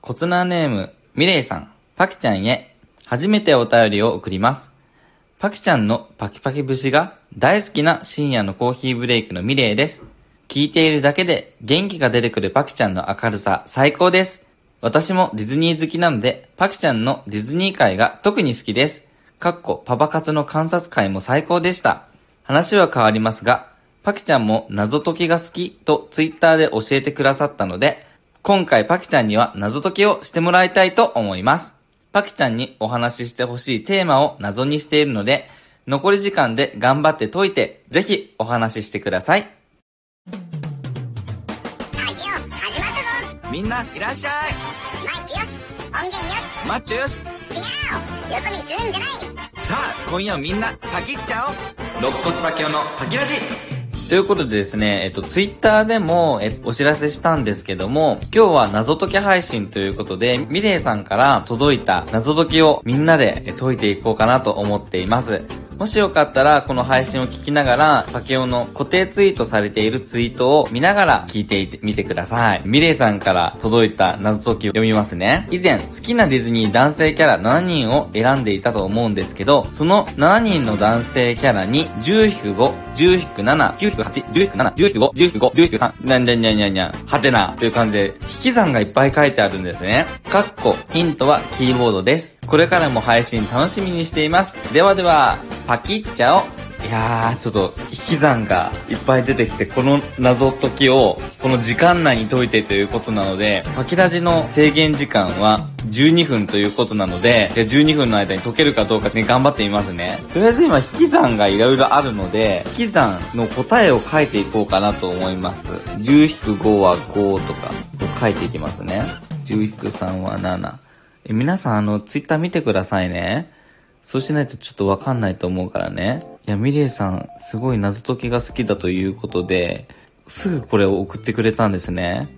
コツナーネーム、ミレイさん、パキちゃんへ、初めてお便りを送ります。パキちゃんのパキパキ節が大好きな深夜のコーヒーブレイクのミレイです。聞いているだけで元気が出てくるパキちゃんの明るさ最高です。私もディズニー好きなので、パキちゃんのディズニー界が特に好きです。かっこパパ活の観察会も最高でした。話は変わりますが、パキちゃんも謎解きが好きとツイッターで教えてくださったので、今回パキちゃんには謎解きをしてもらいたいと思います。パキちゃんにお話ししてほしいテーマを謎にしているので、残り時間で頑張って解いて、ぜひお話ししてください。ラジオ始まったぞみんないらっしゃいマイマッチクよし音源よョよしさし違う横にするんじゃないあ今夜みんなパキっちゃおう肋骨パキオのパキラジということでですね、えっと、ツイッターでも、えっとお知らせしたんですけども、今日は謎解き配信ということで、ミレイさんから届いた謎解きをみんなでえ解いていこうかなと思っています。もしよかったら、この配信を聞きながら、パケオの固定ツイートされているツイートを見ながら聞いていてみてください。ミレイさんから届いた謎解きを読みますね。以前、好きなディズニー男性キャラ7人を選んでいたと思うんですけど、その7人の男性キャラに、10-5、10-7、9-8、10-7、10-5、10-5、10-3、にゃんにゃんにゃんにゃんにゃん、はてな、という感じで、引き算がいっぱい書いてあるんですね。かっこ、ヒントはキーボードです。これからも配信楽しみにしています。ではでは、パキッチャオいやー、ちょっと、引き算がいっぱい出てきて、この謎解きを、この時間内に解いてということなので、パキラジの制限時間は12分ということなので、じゃあ12分の間に解けるかどうか、ね、頑張ってみますね。とりあえず今、引き算がいろいろあるので、引き算の答えを書いていこうかなと思います。10-5は5とか、書いていきますね。10-3は7。え皆さん、あの、ツイッター見てくださいね。そうしないとちょっとわかんないと思うからね。いや、ミレイさん、すごい謎解きが好きだということで、すぐこれを送ってくれたんですね。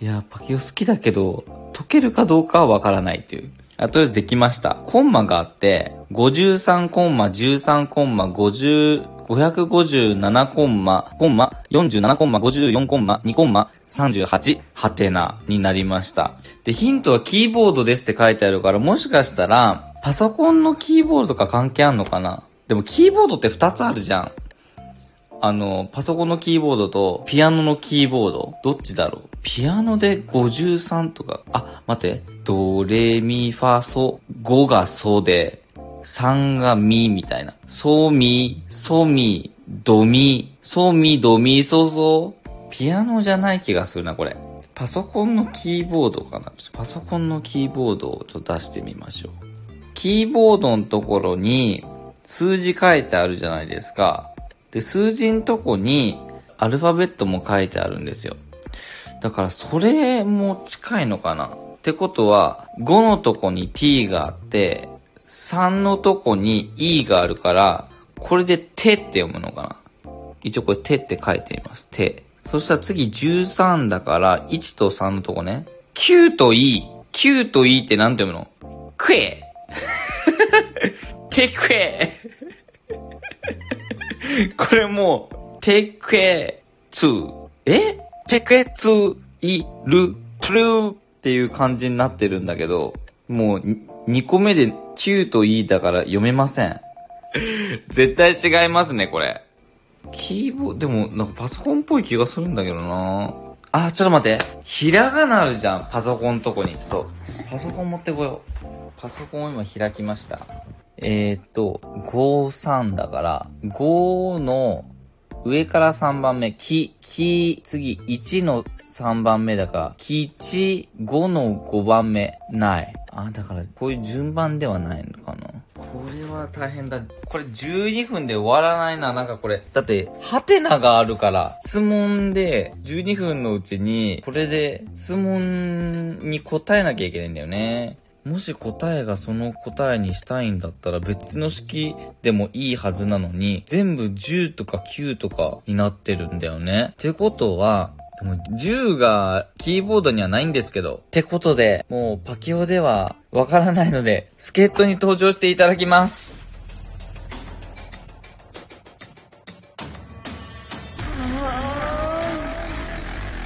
いや、パキオ好きだけど、解けるかどうかはわからないという。あ、とりあえずできました。コンマがあって、53コンマ、13コンマ、50、557コンマ、コンマ、47コンマ、54コンマ、2コンマ、38、ハテナになりました。で、ヒントはキーボードですって書いてあるから、もしかしたら、パソコンのキーボードとか関係あんのかなでもキーボードって2つあるじゃん。あの、パソコンのキーボードとピアノのキーボード、どっちだろうピアノで53とか、あ、待って、ドレミファソ、5がソで、3がミみたいな。ソミ、ソミ、ドミ、ソミ、ドミ、ソソ。ピアノじゃない気がするな、これ。パソコンのキーボードかなちょっとパソコンのキーボードをちょっと出してみましょう。キーボードのところに数字書いてあるじゃないですか。で、数字のとこにアルファベットも書いてあるんですよ。だからそれも近いのかなってことは、5のとこに t があって、3のとこに e があるから、これで手って読むのかな一応これ手って書いています。手。そしたら次13だから、1と3のとこね。9と E。9と E ってなんて読むのクエ テクエ これもう、テクエツー。えテクエツー、いる、トゥルーっていう感じになってるんだけど、もう2個目で Q と E だから読めません。 絶対違いますね、これ。キーボード、でも、なんかパソコンっぽい気がするんだけどなあ、ちょっと待って。ひらがなあるじゃん、パソコンのとこに。ちょっと、パソコン持ってこよう。パソコンを今開きました。えー、っと、53だから、5の上から3番目、き、き、次、1の3番目だから、き、ち、5の5番目、ない。あ、だから、こういう順番ではないのかな。これは大変だ。これ12分で終わらないな、なんかこれ。だって、ハテナがあるから、質問で12分のうちに、これで質問に答えなきゃいけないんだよね。もし答えがその答えにしたいんだったら別の式でもいいはずなのに、全部10とか9とかになってるんだよね。ってことは、でも10がキーボードにはないんですけど。ってことで、もうパキオではわからないので、助っ人に登場していただきます。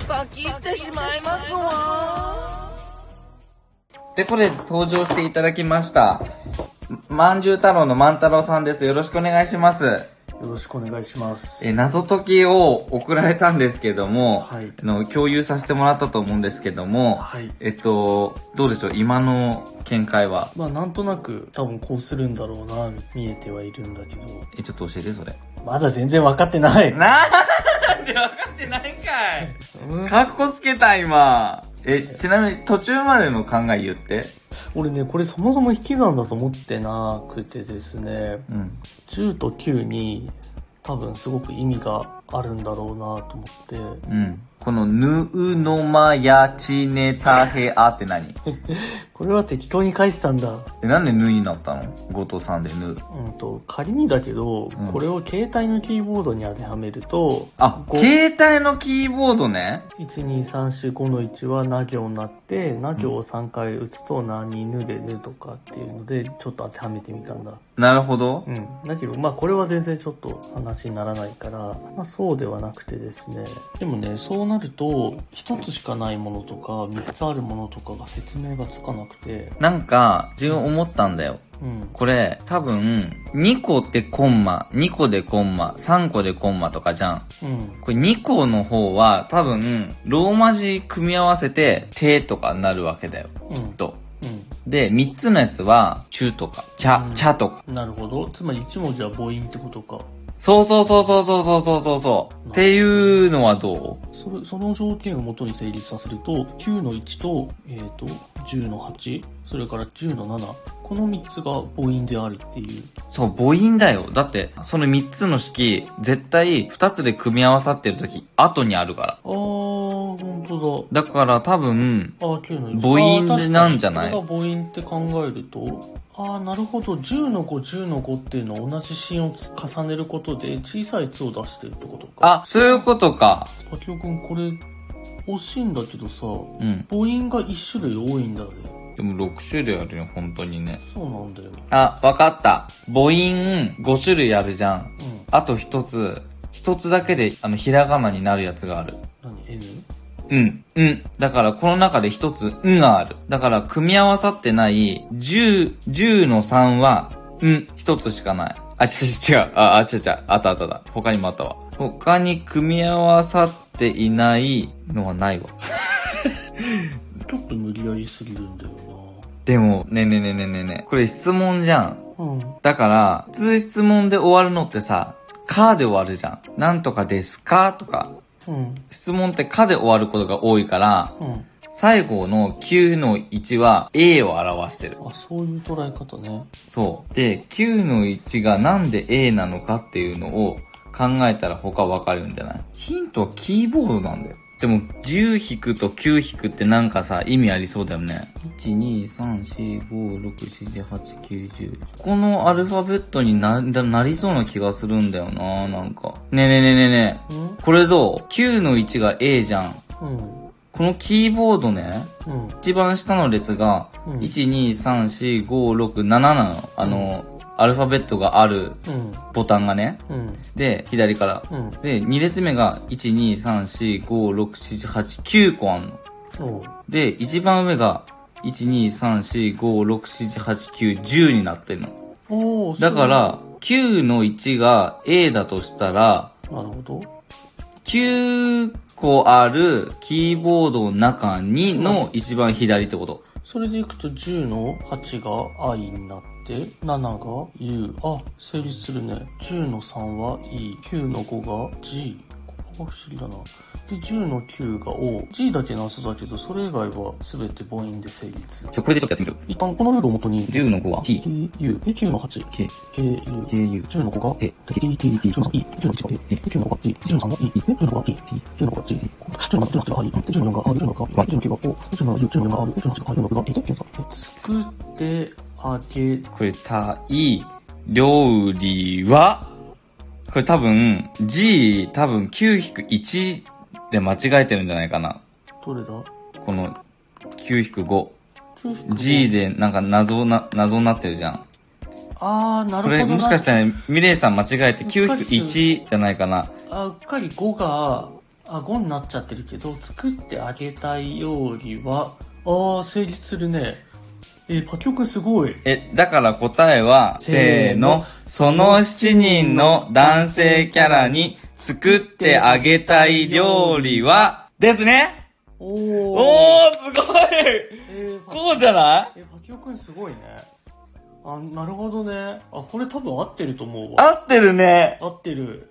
パキってしまいますわで、これ登場していただきました。まんじゅう太郎の万太郎さんです。よろしくお願いします。よろしくお願いします。え、謎解きを送られたんですけども、はいあの、共有させてもらったと思うんですけども、はい。えっと、どうでしょう今の見解は。まあなんとなく多分こうするんだろうな、見えてはいるんだけど、え、ちょっと教えて、それ。まだ全然分かってない。 なんで分かってないんかいかっこつけた、今。え、ちなみに途中までの考え言って。 俺ね、これそもそも引き算だと思ってなくてですね、うん。 10と9に多分すごく意味があるんだろうなと思って、うん。この、ぬうのまやちねたへあって何これは適当に書いてたんだ。え、なんでぬになったの後藤さんでぬ。うんと、仮にだけど、うんこれを携帯のキーボードに当てはめると、あ、こう携帯のキーボードね。 12345の1はな行になってな行を3回打つとなにぬでぬとかっていうのでちょっと当てはめてみたんだなるほどう。んだけどまあこれは全然ちょっと話にならないから、まあ、そうではなくてですねでもねそうなると1つしかないものとか3つあるものとかが説明がつかなくてなんか、自分思ったんだよ。うんこれ、多分、2個ってコンマ、2個でコンマ、3個でコンマとかじゃん。うんこれ2個の方は、多分、ローマ字組み合わせて、てとかになるわけだよ。うきんっと。うで、3つのやつは、中とか、ちゃう、んちゃとか。んなるほどつまり1文字は母音ってことかそうそうそうそうそうそうそうそうそう。っていうのはどうそれその条件を元に成立させると、9の1と、えっ、と、10の8、それから10の7、この3つが母音であるっていう。そう、母音だよ。だって、その3つの式、絶対2つで組み合わさってる時、後にあるから。あー、ほんとだから多分、だ。あー、9の1。母音でなんじゃないあー確かにこれが母音って考えると、あー、なるほど、10の5、10の5っていうのは同じ芯をつ重ねることで小さい「つ」を出してるってことか。あ、そういうことか。あ、滝尾くん、これ、惜しいんだけどさ、うん。母音が1種類多いんだよね。でも6種類あるよ、本当にね。そうなんだよ。あ、わかった。母音5種類あるじゃん。うん。あと1つ、1つだけで、あの、ひらがなになるやつがある。何 ?N? うん、うん。だから、この中で1つ、うんがある。だから、組み合わさってない、10、10の3は、うん、1つしかない。あ、違う違う、あ、あ違う違う、あったあったあった。他にもあったわ。他に組み合わさっていないのはないわ。ちょっと無理やりすぎるんだよでも、ねえねえねえねえねえねえ。これ質問じゃん。なうん。だから、普通質問で終わるのってさ、かで終わるじゃん。なんとかですかとか。うん。質問ってかで終わることが多いから、うん。最後の9の1は A を表してる。あ、そういう捉え方ね。そう。で、9の1がなんで A なのかっていうのを考えたら他わかるんじゃないヒントはキーボードなんだよ。でも、10引くと9引くってなんかさ、意味ありそうだよね。1、2、3、4、5、6、7、8、9、10。ここのアルファベットにな、なりそうな気がするんだよななんか。ねえねえねえねえねうんえ。これどう ?9 の1が A じゃん。うん。このキーボードね、うん。一番下の列が、うん1,2,3,4,5,6,7なの。あの、アルファベットがあるうん。ボタンがね。うん。で、左から。うん。で、2列目が、1,2,3,4,5,6,7,8,9個あんの。おうで、一番上が、1,2,3,4,5,6,7,8,9,10になってんの。おーだから、9の1が A だとしたら、そうなるほど。 9個あるキーボードの中にの一番左ってこと。それでいくと10の8が I になって、7が U。あ、成立するね。10の3は E。9の5が G。ここが不思議だな。で、10の9が O。G だけ謎だけど、それ以外は全て母音で成立。じゃ、これでちょっとやってみる。一旦このルールをもとに、 10の5は T、 T、U。で、9の8。 K、 K、U。 K、U、 10の5が、え、 T、T、T、T、T、T、T、T、の T、T の3が E、T の5が T、T の5が T、T の8が I、T の4が R、T の6が I、T の9が O、T の U、T の4が R、T の8が I、の6が E、T の3が T。作ってあげ、これ、た、い、料理は、これ多分、G、多分9-1で間違えてるんじゃないかな。どれだこの、9-5。G。で、なんか謎な、謎になってるじゃん。あー、こなるほどれ、な。もしかしたら、ミレイさん間違えて9-1じゃないかな。あ、うっかり5が、あ、5になっちゃってるけど、作ってあげたいよりは、あー、成立するね。えー、パキオくんすごい。え、だから答えは、せせーーのの、その7人の男性キャラに作ってあげたい料理は、ですねおー。おー、すごいえー、パこうじゃないえー、パキオくんすごいね。あ、なるほどね。あ、これ多分合ってると思うわ。合ってるね合ってる。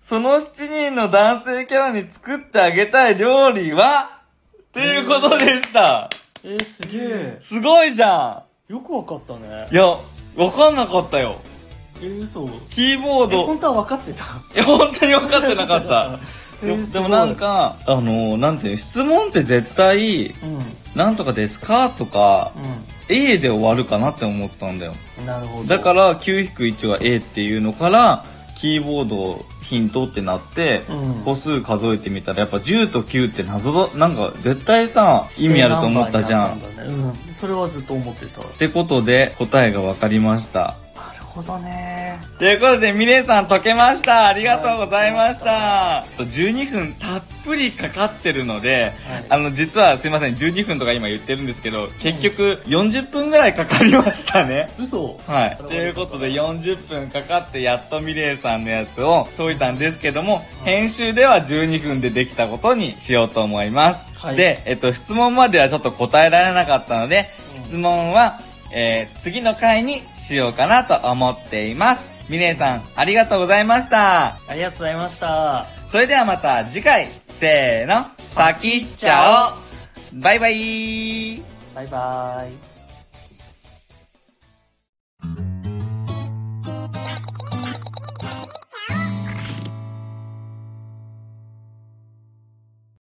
その7人の男性キャラに作ってあげたい料理は、っていうことでしたえー、すげえ。すごいじゃよくわかったねんい。や、わかんなかったよえー、嘘。キーボーえド本当は分かってた。いや、本当に分かってなかった。 えーでもなん、か、あのー、なんていうの質問って絶対、すごいうん、なんとかですかとか、う A で終わるかなって思ったんだよ。ん。なるほど。だから、9-1は A っていうのから、キーボードヒントってなって、うん個数数えてみたら、やっぱ10と9って謎だ、なんか絶対さ、意味あると思ったじゃん。ナンバーになったんだねうん。それはずっと思ってた。ってことで、答えが分かりました。なるほどね。ということで、ミレイさん解けましたありがとうございました12分たっぷりかかってるので、はいあの、実はすいません、12分とか今言ってるんですけど、結局40分ぐらいかかりましたね。嘘はい。ということで40分かかってやっとミレイさんのやつを解いたんですけども、編集では12分でできたことにしようと思います。はいで、えっと、質問まではちょっと答えられなかったので、うん質問は、えー、次の回にしようかなと思っています。ミレイさん、ありがとうございました。ありがとうございました。それではまた次回、せーの、パキッチャオバイバイバイバーイ。